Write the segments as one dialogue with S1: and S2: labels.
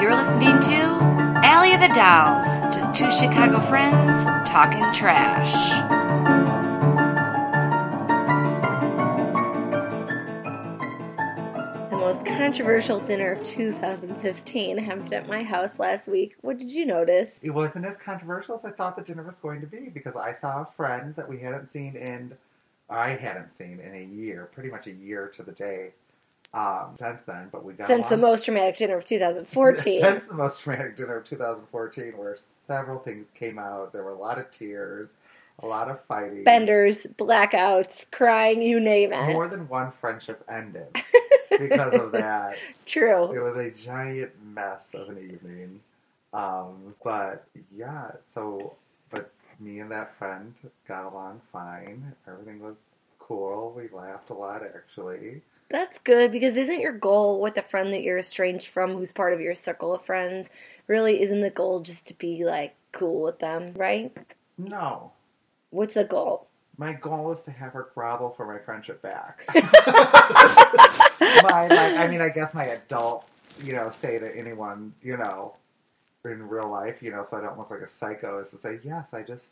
S1: listening to Alley of the Dolls, just two Chicago friends talking trash.
S2: The most controversial dinner of 2015 happened at my house last week. What did you notice?
S3: It wasn't as controversial as I thought the dinner was going to be because I saw a friend that we hadn't seen in, I hadn't seen in a year, pretty much a year to the day um, since then. But we got
S2: Since the
S3: along-
S2: most dramatic dinner of 2014.
S3: Since the most traumatic dinner of 2014, where several things came out. There were a lot of tears, a lot of fighting.
S2: Benders, blackouts, crying, you name it.
S3: More than one friendship ended because of that.
S2: True.
S3: It was a giant mess of an evening. Um, but yeah, so, but me and that friend got along fine. Everything was cool. We laughed a lot, actually.
S2: That's good because isn't your goal with a friend that you're estranged from who's part of your circle of friends really isn't the goal just to be like cool with them, right?
S3: No,
S2: What's the goal?
S3: My goal is to have her grovel for my friendship back. my, like, I mean, I guess my adult, you know, say to anyone, you know, in real life, you know, so I don't look like a psycho, is to say, yes, I just,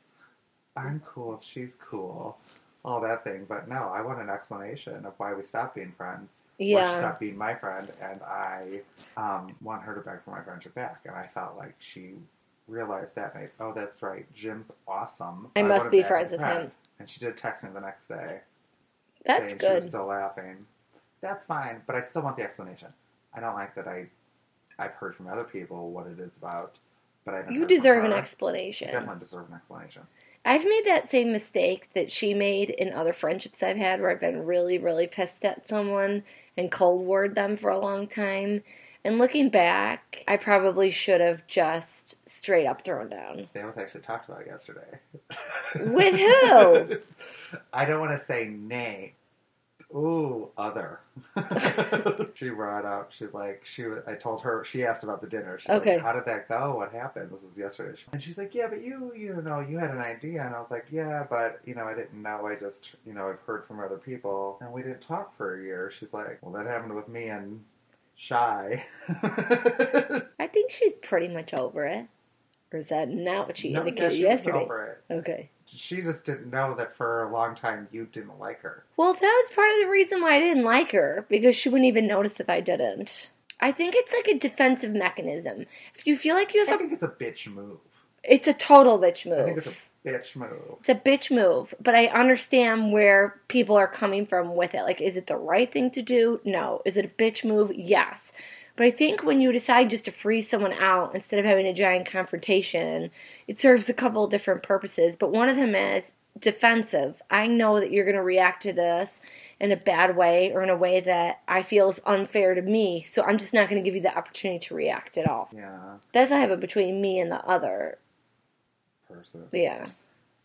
S3: I'm cool, she's cool, all that thing. But no, I want an explanation of why we stopped being friends. Why she
S2: Yeah.
S3: stopped being my friend, and I um, want her to beg for my friendship back. And I felt like she realized that night, oh, that's right, Jim's awesome.
S2: I must
S3: wanna
S2: be
S3: beg
S2: friends
S3: his
S2: with him.
S3: friend. And she did text me the next day.
S2: That's
S3: saying She was
S2: good.
S3: still laughing. That's fine, but I still want the explanation. I don't like that I, I've heard from other people what it is about, but I haven't
S2: You
S3: heard from
S2: deserve an
S3: her. I
S2: explanation.
S3: Definitely deserve an explanation.
S2: I've made that same mistake that she made in other friendships I've had where I've been really, really pissed at someone and cold warred them for a long time. And looking back, I probably should have just straight up thrown down.
S3: That was actually talked about yesterday.
S2: With who?
S3: I don't want to say name. Ooh, other. she brought up. She's like, she. was- I told her. She asked about the dinner. She's
S2: Okay.
S3: like, how did that go? What happened? This was yesterday. And she's like, yeah, but you, you know, you had an idea. And I was like, yeah, but you know, I didn't know. I just, you know, I've heard from other people, and we didn't talk for a year. She's like, well, that happened with me and shy.
S2: I think she's pretty much over it. Or is that not what she
S3: No, yeah,
S2: indicated
S3: she was
S2: yesterday?
S3: over it.
S2: Okay.
S3: She just didn't know that for a long time you didn't like her.
S2: Well, that was part of the reason why I didn't like her because she wouldn't even notice if I didn't. I think it's like a defensive mechanism. If you feel like you
S3: I
S2: have a,
S3: think it's a bitch move.
S2: it's a total bitch
S3: I think
S2: move.
S3: it's a bitch move.
S2: It's a bitch move, but I understand where people are coming from with it. Like, is it the right thing to do? No. Is it a bitch move? Yes. But I think when you decide just to freeze someone out instead of having a giant confrontation, it serves a couple of different purposes. But one of them is defensive. I know that you're going to react to this in a bad way or in a way that I feel is unfair to me, so I'm just not going to give you the opportunity to react at all.
S3: Yeah,
S2: That's the habit between me and the other.
S3: person.
S2: Yeah.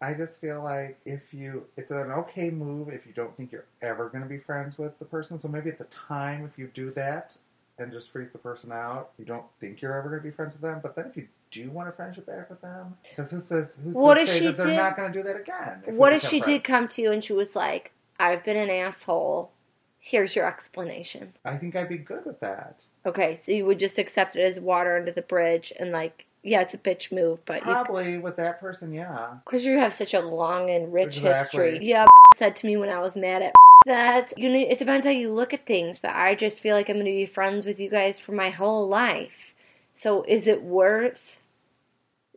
S3: I just feel like if you, it's an okay move if you don't think you're ever going to be friends with the person. So maybe at the time, if you do that and just freeze the person out, you don't think you're ever going to be friends with them. But then if you do want a friendship back with them, because who says who's
S2: What
S3: to
S2: if
S3: say
S2: she
S3: that they're
S2: did-
S3: not going to do that again? we
S2: What if
S3: become
S2: she
S3: friends?
S2: did come to you and she was like, I've been an asshole. Here's your explanation.
S3: I think I'd be good with that.
S2: Okay, so you would just accept it as water under the bridge and like, yeah, it's a bitch move, but you.
S3: Probably with that person, yeah.
S2: Because you have such a long and rich
S3: Exactly.
S2: history. Yeah, said to me when I was mad at that, you know, it depends how you look at things, but I just feel like I'm going to be friends with you guys for my whole life. So is it worth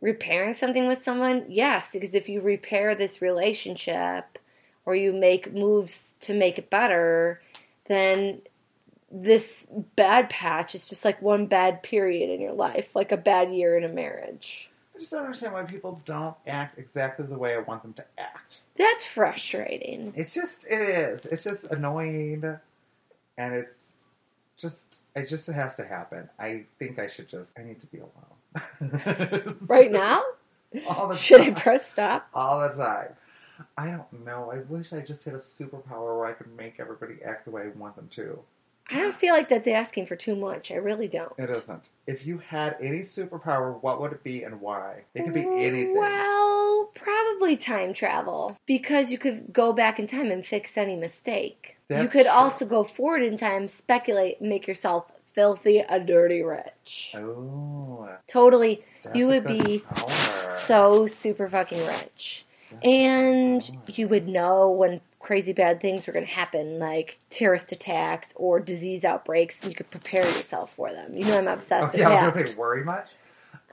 S2: repairing something with someone? Yes, because if you repair this relationship or you make moves to make it better, then this bad patch is just like one bad period in your life, like a bad year in a marriage.
S3: I just don't understand why people don't act exactly the way I want them to act.
S2: That's frustrating.
S3: It's just it is. It's just annoying, and it's just it just has to happen. I think I should just I need to be alone
S2: Right now?
S3: all the
S2: Should I
S3: time.
S2: press stop?
S3: all the time. I don't know. I wish I just had a superpower where I could make everybody act the way I want them to.
S2: I don't feel like that's asking for too much. I really don't.
S3: It isn't. If you had any superpower, what would it be and why? It could be anything.
S2: Well, probably time travel because you could go back in time and fix any mistake. you
S3: That's
S2: could
S3: true.
S2: also go forward in time, speculate, make yourself filthy, a dirty rich.
S3: Oh,
S2: Totally,
S3: that's
S2: You
S3: a
S2: would
S3: good
S2: be
S3: power.
S2: so super fucking rich.
S3: That's a
S2: And
S3: good power.
S2: you would know when crazy bad things were going to happen, like terrorist attacks or disease outbreaks, and you could prepare yourself for them. You know, I'm
S3: Oh,
S2: obsessed
S3: yeah, I was
S2: with that.
S3: gonna say worry much.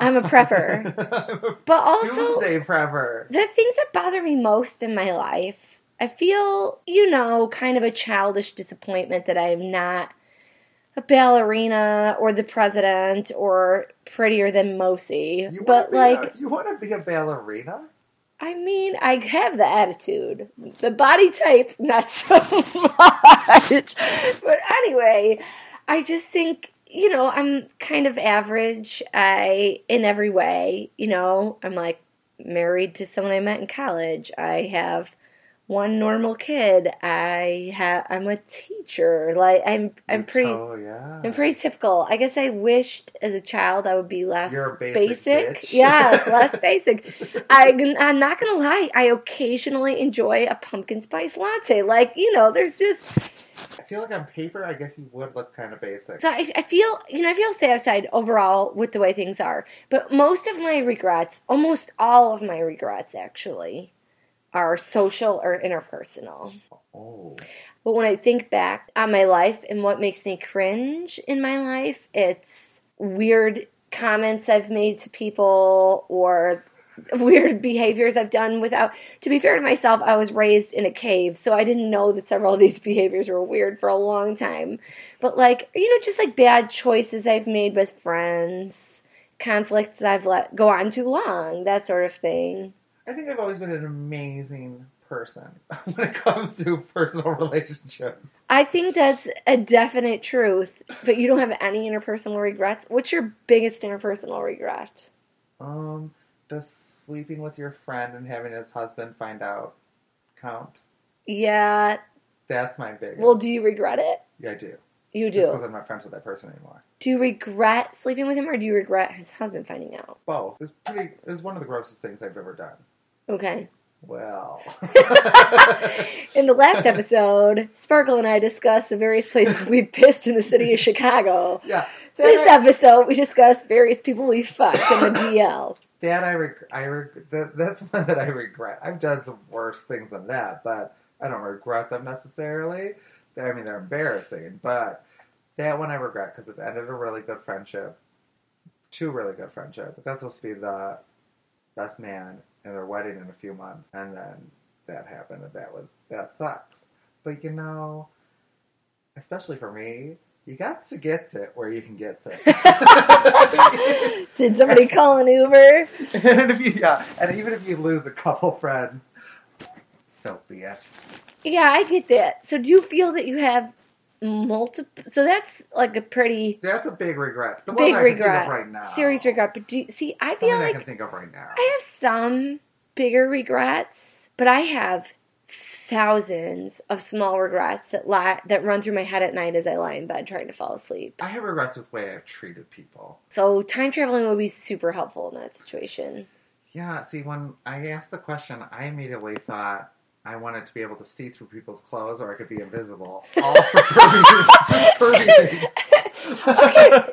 S2: I'm a prepper. But also,
S3: Doomsday prepper.
S2: the things that bother me most in my life, I feel, you know, kind of a childish disappointment that I'm not a ballerina or the president or prettier than Mosi.
S3: You
S2: But,
S3: wanna be
S2: like,
S3: a, you want to be a ballerina?
S2: I mean, I have the attitude. The body type, not so much. But anyway, I just think, you know, I'm kind of average I in every way, you know. I'm like married to someone I met in college. I have one normal kid. I have I'm a teacher. Like I'm I'm
S3: You
S2: pretty
S3: Oh yeah.
S2: I'm pretty typical. I guess I wished as a child I would be less
S3: You're a basic bitch.
S2: Yes, less basic. I, I'm not gonna lie. I occasionally enjoy a pumpkin spice latte. Like you know, there's just
S3: I feel like on paper, I guess you would look kind of basic.
S2: so I, I feel you know I feel satisfied overall with the way things are. But most of my regrets, almost all of my regrets actually, are social or interpersonal.
S3: oh,
S2: But when I think back on my life and what makes me cringe in my life, it's weird comments I've made to people or weird behaviors I've done without. To be fair to myself, I was raised in a cave, so I didn't know that several of these behaviors were weird for a long time. But, like, you know, just like bad choices I've made with friends, conflicts that I've let go on too long, that sort of thing.
S3: I think I've always been an amazing person when it comes to personal relationships.
S2: I think that's a definite truth, but you don't have any interpersonal regrets. What's your biggest interpersonal regret?
S3: Um, does sleeping with your friend and having his husband find out count?
S2: Yeah.
S3: That's my biggest.
S2: Well, do you regret it?
S3: yeah, I do.
S2: You
S3: Just because
S2: do.
S3: I'm not friends with that person anymore.
S2: Do you regret sleeping with him or do you regret his husband finding out?
S3: Both. It's pretty. It's one of the grossest things I've ever done.
S2: Okay.
S3: Well,
S2: In the last episode, Sparkle and I discussed the various places we pissed in the city of Chicago.
S3: yeah.
S2: This episode, we discussed various people we fucked in the DL.
S3: That I reg- I reg- that, that's one that I regret. I've done some worse things than that, but I don't regret them necessarily. I mean, they're embarrassing, but that one I regret because it ended a really good friendship, two really good friendships. That's supposed to be the best man in their wedding in a few months, and then that happened, and that was that sucks. But you know, especially for me, you got to get it where you can get it.
S2: Did somebody call an Uber?
S3: and if you, yeah, and even if you lose a couple friends, so be it.
S2: Yeah, I get that. So do you feel that you have multiple? So that's like a pretty
S3: That's a big regret. The
S2: big
S3: one I
S2: regret,
S3: can think of right now.
S2: serious regret. But do you, see, I
S3: Something
S2: feel
S3: I can
S2: like
S3: think of right now.
S2: I have some bigger regrets, but I have thousands of small regrets that lie that run through my head at night as I lie in bed trying to fall asleep.
S3: I have regrets with the way I've treated people.
S2: So time traveling would be super helpful in that situation.
S3: Yeah, see, when I asked the question, I immediately thought I wanted to be able to see through people's clothes or I could be invisible. All for pervy reasons.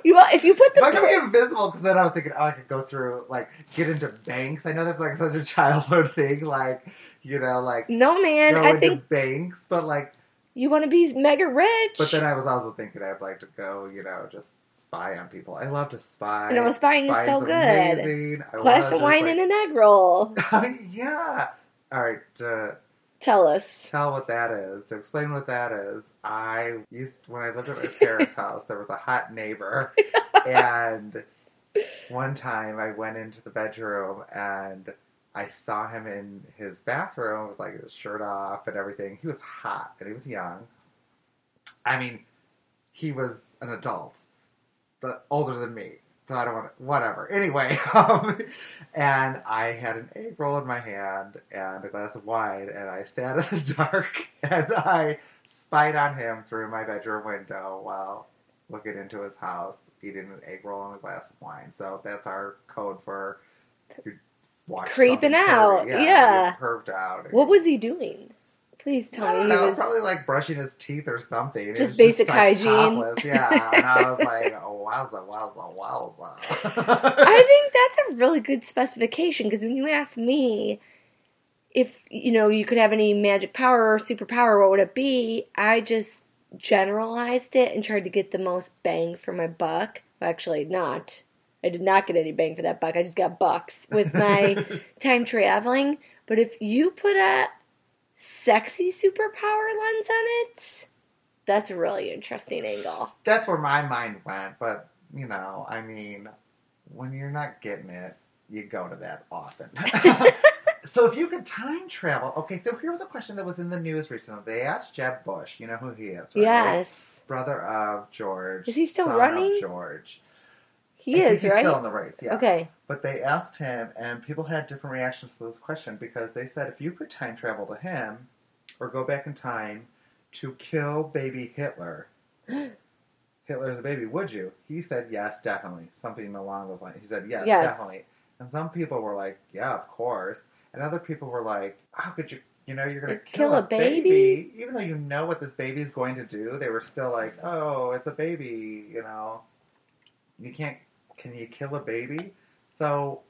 S2: You, well, if you put
S3: If I could be
S2: the
S3: invisible, because then I was thinking, oh, I could go through, like, get into banks. I know that's, like, such a childhood thing. Like, you know, like,
S2: no man,
S3: go
S2: I
S3: into
S2: think
S3: banks, but like,
S2: you want to be mega rich.
S3: but then I was also thinking I'd like to go, you know, just spy on people. I love to spy.
S2: You know, spying is so good.
S3: Amazing. I
S2: glass
S3: love
S2: of
S3: just,
S2: wine and an egg roll.
S3: like, yeah. All right, uh, to
S2: Tell us.
S3: tell what that is, to explain what that is, I used when I lived at my parents' house, there was a hot neighbor, and one time I went into the bedroom and I saw him in his bathroom with like his shirt off and everything. He was hot and he was young. I mean, he was an adult, but older than me. So I don't want to, whatever. Anyway, um, and I had an egg roll in my hand and a glass of wine, and I sat in the dark and I spied on him through my bedroom window while looking into his house, eating an egg roll and a glass of wine. So that's our code for you watch something
S2: Creeping out,
S3: pervy.
S2: yeah.
S3: you're perved out.
S2: What was he doing? Please tell
S3: I
S2: me
S3: don't
S2: he
S3: know,
S2: was.
S3: probably like brushing his teeth or something. He was
S2: Just basic
S3: like,
S2: hygiene.
S3: topless, Yeah, and I was like, "Oh, wowza, wowza, wowza.
S2: I think that's a really good specification because when you asked me if you know you could have any magic power or superpower, what would it be? I just generalized it and tried to get the most bang for my buck. Well, actually, not. I did not get any bang for that buck. I just got bucks with my time traveling. But if you put a sexy superpower lens on it, that's a really interesting angle.
S3: That's where my mind went, but you know, I mean, when you're not getting it, you go to that often. so if you could time travel, okay. So here was a question that was in the news recently. They asked Jeb Bush. You know who he is, right?
S2: Yes,
S3: brother of George.
S2: Is he still
S3: son of
S2: running?
S3: George.
S2: he
S3: I think
S2: is
S3: he's
S2: right.
S3: still in the race. Yeah.
S2: Okay.
S3: But they asked him, and people had different reactions to this question because they said if you could time travel to him or go back in time to kill baby Hitler, Hitler's a baby, would you? He said, yes, definitely. Something along those lines. He said, yes,
S2: Yes.
S3: definitely. And some people were like, yeah, of course. And other people were like, how could you? You know, you're going to kill, a baby? Even though you know what this baby's going to do, they were still like, oh, it's a baby, you know. You can't, can you kill a baby? So,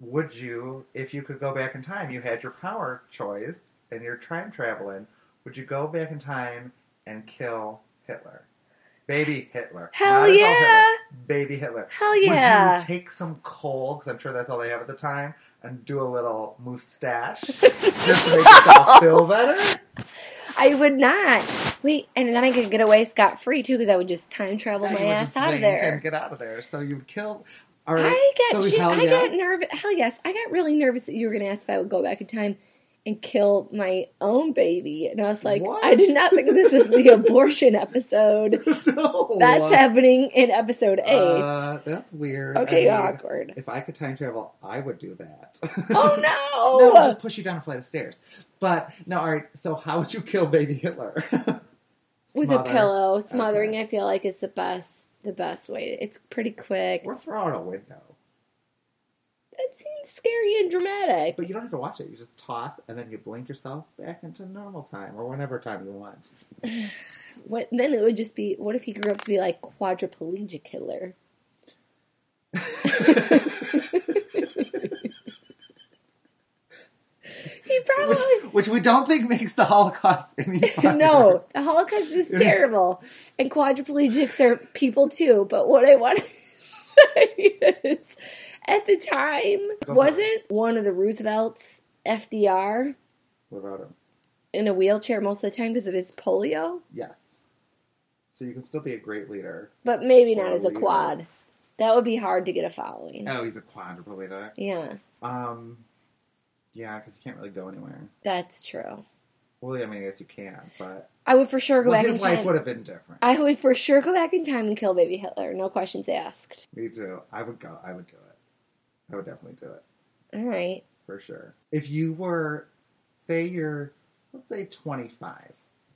S3: would you, if you could go back in time, you had your power choice and you're time traveling, would you go back in time and kill Hitler? Baby Hitler.
S2: Hell
S3: Not adult
S2: yeah.
S3: Hitler, baby Hitler.
S2: Hell yeah.
S3: Would you take some coal, because I'm sure that's all they have at the time, and do a little mustache just to make yourself feel better?
S2: I would not. Wait, and then I could get away scot free too because I would just time travel
S3: Yeah,
S2: my
S3: you would
S2: ass
S3: just
S2: out of
S3: blink
S2: there.
S3: And get out of there. So you'd kill. All right.
S2: I got,
S3: so
S2: ge-
S3: hell
S2: I
S3: yes.
S2: got nervous. Hell yes, I got really nervous that you were going to ask if I would go back in time and kill my own baby, and I was like,
S3: What?
S2: I did not think this is the abortion episode.
S3: No.
S2: That's happening in episode eight.
S3: Uh, that's weird. I
S2: okay,
S3: mean,
S2: awkward.
S3: If I could time travel, I would do that.
S2: Oh
S3: no,
S2: no!
S3: just push you down a flight of stairs. But no, all right. So how would you kill baby Hitler?
S2: With a
S3: Smother.
S2: pillow, smothering.
S3: Okay.
S2: I feel like is the best. The best way. It's pretty quick.
S3: Or throw out a window.
S2: That seems scary and dramatic.
S3: But you don't have to watch it. You just toss and then you blink yourself back into normal time or whenever time you want.
S2: What then? It would just be. What if he grew up to be like quadriplegic Hitler? He probably
S3: which, which we don't think makes the Holocaust any funnier.
S2: no. The Holocaust is terrible, and quadriplegics are people too. But what I want to say is, at the time,
S3: Go
S2: wasn't one of the Roosevelts FDR
S3: What about him?
S2: in a wheelchair most of the time because of his polio?
S3: Yes. So you can still be a great leader.
S2: But maybe not
S3: Or
S2: as a
S3: leader.
S2: quad. That would be hard to get a following.
S3: Oh, he's a quadruple leader.
S2: Yeah,
S3: Um, yeah, because you can't really go anywhere.
S2: that's true.
S3: Well, I mean, I guess you can, but
S2: I would for sure go
S3: well,
S2: back in
S3: his life
S2: time.
S3: would have been different.
S2: I would for sure go back in time and kill baby Hitler. No questions asked.
S3: Me too. I would go. I would do it. I would definitely do it
S2: All right.
S3: for sure. If you were, say, you're, let's say, 25. I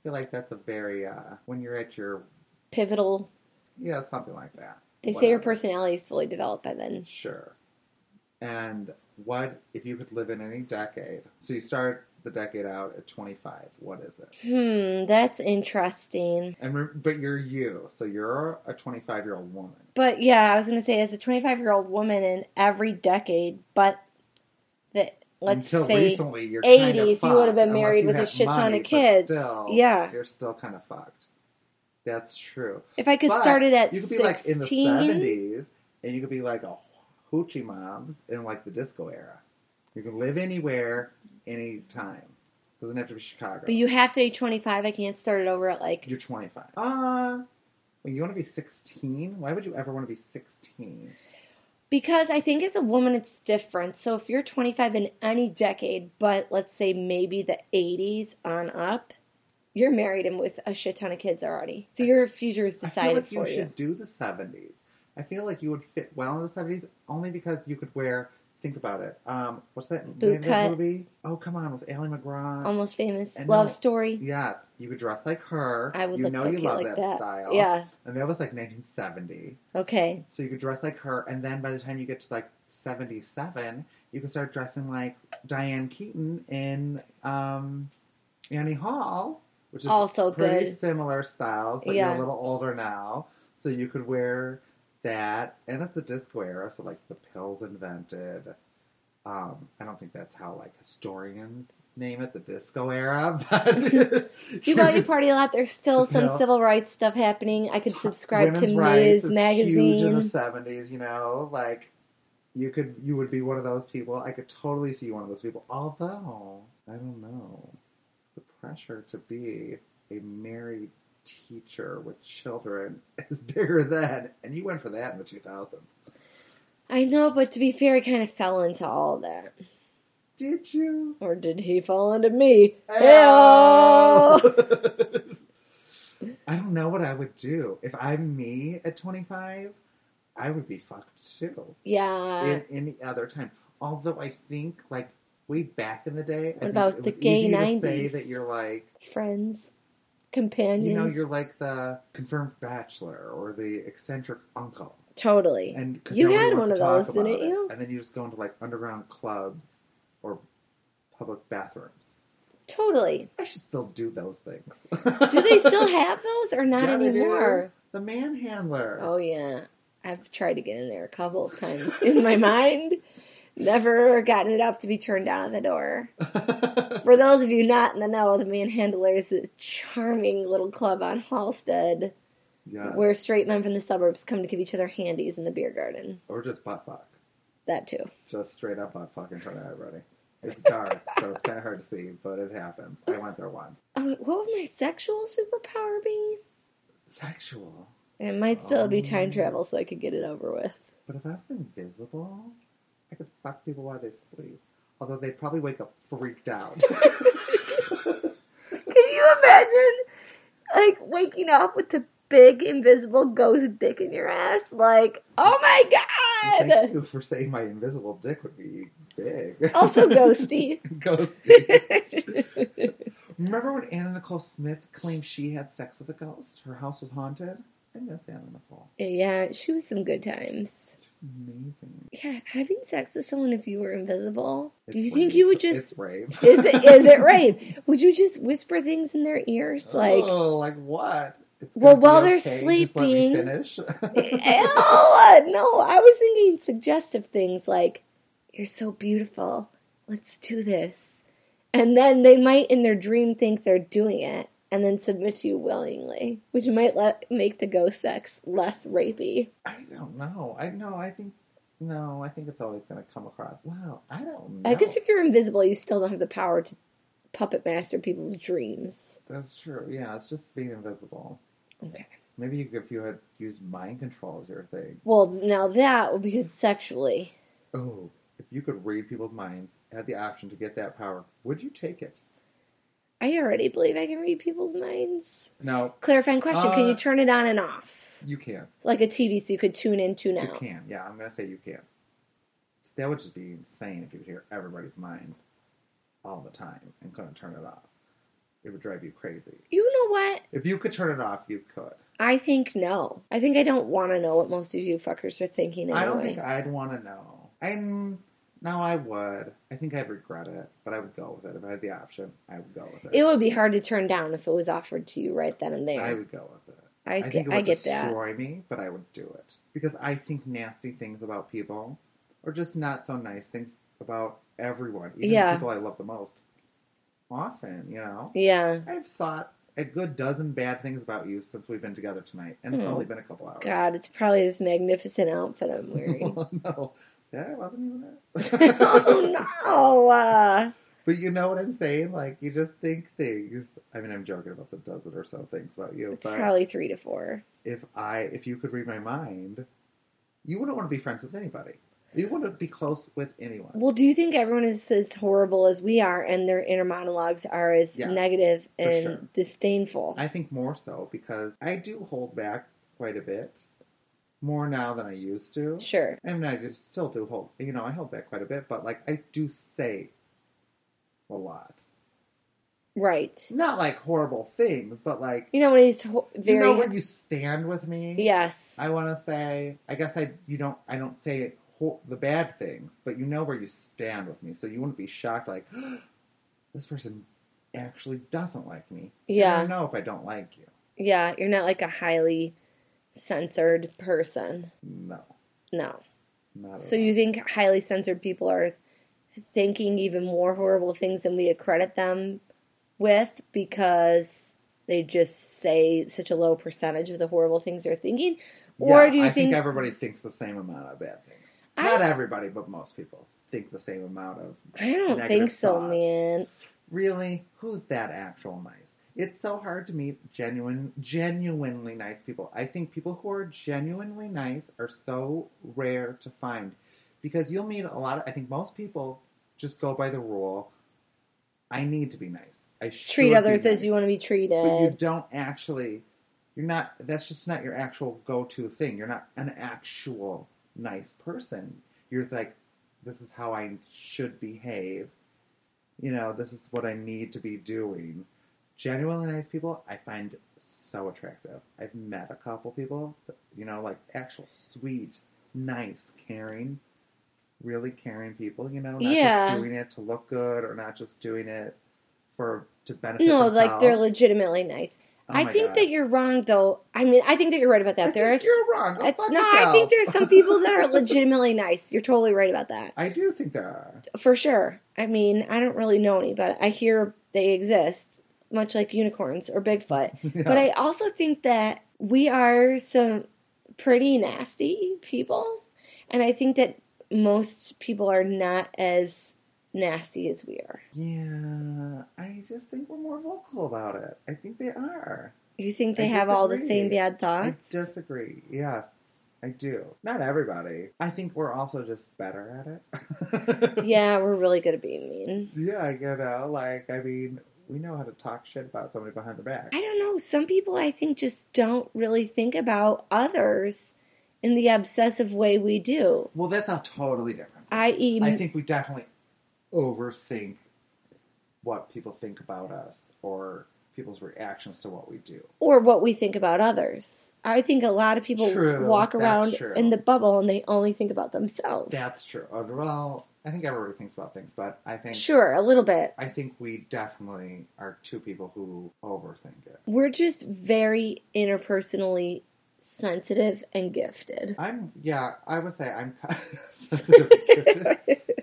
S3: feel like that's a very uh, when you're at your
S2: Pivotal.
S3: yeah something like that.
S2: They say your
S3: Whatever.
S2: personality is fully developed by then.
S3: Sure. And what if you could live in any decade? So you start the decade out at 25. What is it?
S2: Hmm, that's interesting.
S3: And re- but you're you, so you're a 25 year old woman.
S2: But yeah, I was going to say, as a 25 year old woman in every decade, but the, let's
S3: Until
S2: say
S3: recently, you're
S2: 80s,
S3: kind of
S2: you
S3: fucked,
S2: would've been
S3: unless
S2: married
S3: you
S2: with a
S3: have
S2: shit ton
S3: money,
S2: of
S3: but
S2: kids.
S3: still,
S2: Yeah.
S3: you're still kind of fucked. That's true.
S2: if I could
S3: But
S2: start it at
S3: you could be
S2: 16.
S3: like in the 70s, and you could be like a hoochie moms in like the disco era. You can live anywhere, anytime. Doesn't have to be Chicago.
S2: but you have to be 25. I can't start it over at like.
S3: You're 25. Uh, well, you want to be 16? Why would you ever want to be 16?
S2: Because I think as a woman, it's different. So if you're 25 in any decade, but let's say maybe the 80s on up, you're married and with a shit ton of kids already. So your future is
S3: I feel
S2: decided
S3: like you
S2: for you.
S3: should do the 70s. I feel like you would fit well in the 70s only because you could wear, think about it. Um, what's that, name of that
S2: cut.
S3: movie? Oh, come on, with Allie McGraw.
S2: Almost famous.
S3: And
S2: Love
S3: no-
S2: story.
S3: yes, you could dress like her.
S2: I would
S3: you
S2: look
S3: know
S2: so
S3: you
S2: cute
S3: love
S2: like
S3: that,
S2: that.
S3: style.
S2: Yeah.
S3: And that was like 1970.
S2: Okay.
S3: So you could dress like her, and then by the time you get to like 77, you can start dressing like Diane Keaton in um, Annie Hall, which is
S2: Also
S3: pretty
S2: good.
S3: similar styles, but
S2: Yeah.
S3: you're a little older now, so you could wear that. And it's the disco era, so like the pills invented. Um, I don't think that's how like historians name it, the disco era, but
S2: You go out, you party a lot. There's still some
S3: No.
S2: civil rights stuff happening. I could subscribe to
S3: Women's rights is
S2: Ms.
S3: Huge in the
S2: Magazine.
S3: seventies, you know, like you could you would be one of those people. I could totally see you one of those people. Although I don't know, the pressure to be a married teacher with children is bigger than, and you went for that in the two thousands.
S2: I know, but to be fair, he kind of fell into all that.
S3: Did you?
S2: Or did he fall into me? Ew.
S3: I don't know what I would do if I'm me at twenty five. I would be fucked too.
S2: Yeah.
S3: in any other time. Although I think like way back in the day, I
S2: about
S3: think
S2: the
S3: it was
S2: gay
S3: easy to say
S2: 90s?
S3: that you're like
S2: Friends, companions.
S3: you know you're like the confirmed bachelor or the eccentric uncle,
S2: totally.
S3: and 'cause
S2: You
S3: nobody
S2: had
S3: wants
S2: one
S3: to
S2: of
S3: talk
S2: those, didn't
S3: about it.
S2: you?
S3: And then you just go into like underground clubs or public bathrooms.
S2: Totally.
S3: I should still do those things.
S2: Do they still have those or not
S3: Yeah, they do.
S2: anymore?
S3: the manhandler?
S2: Oh yeah, I've tried to get in there a couple of times in my mind. Never gotten it up to be turned down at the door. For those of you not in the know, the Manhandler is a charming little club on Halstead
S3: yeah,
S2: where straight men from the suburbs come to give each other handies in the beer garden.
S3: or just butt fuck.
S2: That too.
S3: just straight up butt fucking for everybody. It's dark, so it's kind of hard to see, but it happens. I went there once.
S2: Um, what would my sexual superpower be?
S3: Sexual,
S2: It might still be time
S3: Um.
S2: travel, so I could get it over with.
S3: but if I was invisible, I could fuck people while they sleep. Although they'd probably wake up freaked out.
S2: Can you imagine, like, waking up with the big invisible ghost dick in your ass? Like, oh my
S3: Thank
S2: god!
S3: you for saying my invisible dick would be big.
S2: Also ghosty.
S3: ghosty. Remember when Anna Nicole Smith claimed she had sex with a ghost? Her house was haunted. I miss Anna Nicole.
S2: yeah, she was some good times.
S3: She was amazing.
S2: Yeah, having sex with someone if you were invisible, do you
S3: It's
S2: think
S3: rape.
S2: you would just?
S3: It's rape.
S2: Is it is it rape? Would you just whisper things in their ears like,
S3: oh, like what? It's
S2: Well,
S3: gonna be
S2: while they're
S3: just let me
S2: sleeping-
S3: finish.
S2: Ew, no, I was thinking suggestive things like, You're so beautiful. Let's do this. And then they might, in their dream, think they're doing it and then submit to you willingly, which might let, make the ghost sex less rapey.
S3: I don't know. I know. I think no. I think it's always going to come across. Wow. I don't know.
S2: I guess if you're invisible, you still don't have the power to puppet master people's dreams.
S3: that's true. Yeah, it's just being invisible.
S2: Okay.
S3: Maybe you, if you had used mind control as your thing.
S2: Well, now that would be good sexually.
S3: Oh, if you could read people's minds, had the option to get that power, would you take it?
S2: I already believe I can read people's minds.
S3: No,
S2: Clarifying question Can
S3: Uh,
S2: you turn it on and off?
S3: you can.
S2: Like a TV, so you could tune in, tune
S3: You
S2: out.
S3: can. Yeah, I'm going to say you can. That would just be insane if you could hear everybody's mind all the time and couldn't turn it off. It would drive you crazy.
S2: You know what?
S3: If you could turn it off, you could.
S2: I think no. I think I don't want to know what most of you fuckers are thinking anyway.
S3: I don't think I'd want to know. I'm. No, I would. I think I'd regret it, but I would go with it. If I had the option, I would go with it.
S2: it would be hard to turn down if it was offered to you right then and
S3: I
S2: there.
S3: would go with it.
S2: I,
S3: I think
S2: get,
S3: it
S2: I
S3: would
S2: get that.
S3: destroy me, but I would do it because I think nasty things about people, or just not so nice things about everyone, even the
S2: Yeah.
S3: people I love the most. Often, you know,
S2: Yeah.
S3: I've thought a good dozen bad things about you since we've been together tonight, and it's
S2: Oh.
S3: only been a couple hours.
S2: God, it's probably this magnificent outfit I'm wearing.
S3: no, that wasn't even it.
S2: oh no! Uh,
S3: But you know what I'm saying? Like you just think things. I mean, I'm joking about the dozen or so things about you.
S2: it's
S3: but
S2: probably three to four.
S3: if I, if you could read my mind, you wouldn't want to be friends with anybody. You wouldn't be close with anyone.
S2: Well, do you think everyone is as horrible as we are, and their inner monologues are as
S3: Yeah,
S2: negative
S3: for
S2: and
S3: sure.
S2: disdainful?
S3: I think more so because I do hold back quite a bit, more now than I used to.
S2: sure.
S3: I mean, I just still do hold. You know, I hold back quite a bit, but like I do say a lot.
S2: Right.
S3: Not like horrible things, but like
S2: You know when he's ho-
S3: you
S2: very
S3: know when you stand with me.
S2: yes.
S3: I want to say, I guess I you don't I don't say ho- the bad things, but you know where you stand with me, so you wouldn't be shocked like this person actually doesn't like me.
S2: Yeah.
S3: I don't know if I don't like you.
S2: Yeah, you're not like a highly censored person.
S3: No,
S2: No.
S3: not at
S2: So
S3: all.
S2: you think highly censored people are thinking even more horrible things than we accredit them with because they just say such a low percentage of the horrible things they're thinking? Or
S3: Yeah,
S2: do you
S3: I
S2: think,
S3: everybody thinks the same amount of bad things?
S2: I-
S3: Not everybody, but most people think the same amount of.
S2: I don't
S3: negative
S2: think so,
S3: thoughts.
S2: man.
S3: Really, who's that actual nice? It's so hard to meet genuine, genuinely nice people. I think people who are genuinely nice are so rare to find, because you'll meet a lot of. I think most people just go by the rule. I need to be nice. I should
S2: Treat
S3: be
S2: others as
S3: nice."
S2: you want to be
S3: but you
S2: treated.
S3: don't actually you're not that's just not your actual go-to thing you're not an actual nice person you're like this is how i should behave you know this is what i need to be doing genuinely nice people i find so attractive i've met a couple people that, you know like actual sweet nice caring really caring people you know not
S2: Yeah.
S3: just doing it to look good or not just doing it for to benefit
S2: No, like they're
S3: themselves.
S2: legitimately nice.
S3: Oh
S2: I
S3: my
S2: think
S3: God.
S2: that you're wrong, though. I mean, I think that you're right about
S3: I
S2: that.
S3: think
S2: there are s-
S3: you're wrong. Go
S2: I-
S3: Oh, fuck
S2: no, I
S3: yourself.
S2: think there's some people that are legitimately nice. You're totally right about that.
S3: I do think there are.
S2: For sure. I mean, I don't really know any, but I hear they exist, much like unicorns or Bigfoot. But I also think that we are some pretty nasty people. And I think that most people are not as nasty as we are.
S3: yeah, I just think we're more vocal about it. I think they are.
S2: You think
S3: I
S2: they have all the
S3: disagree.
S2: same bad
S3: I
S2: thoughts?
S3: disagree. Yes, I do. Not everybody. I think we're also just better at it.
S2: yeah, we're really good at being mean.
S3: yeah, you know, like I mean, we know how to talk shit about somebody behind the back.
S2: I don't know. Some people, I think, just don't really think about others in the obsessive way we do.
S3: well, that's a totally different.
S2: I.e.,
S3: I think we definitely overthink what people think about us or people's reactions to what we do.
S2: or what we think about others. I think a lot of people
S3: True,
S2: walk
S3: that's
S2: around
S3: true.
S2: in the bubble and they only think about themselves.
S3: That's true. Uh, Well, I think everybody thinks about things, but I think
S2: sure, a little bit.
S3: I think we definitely are two people who overthink it.
S2: We're just very interpersonally sensitive and gifted.
S3: I'm yeah. I would say I'm sensitive.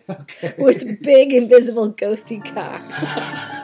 S3: okay.
S2: With big invisible ghosty cocks.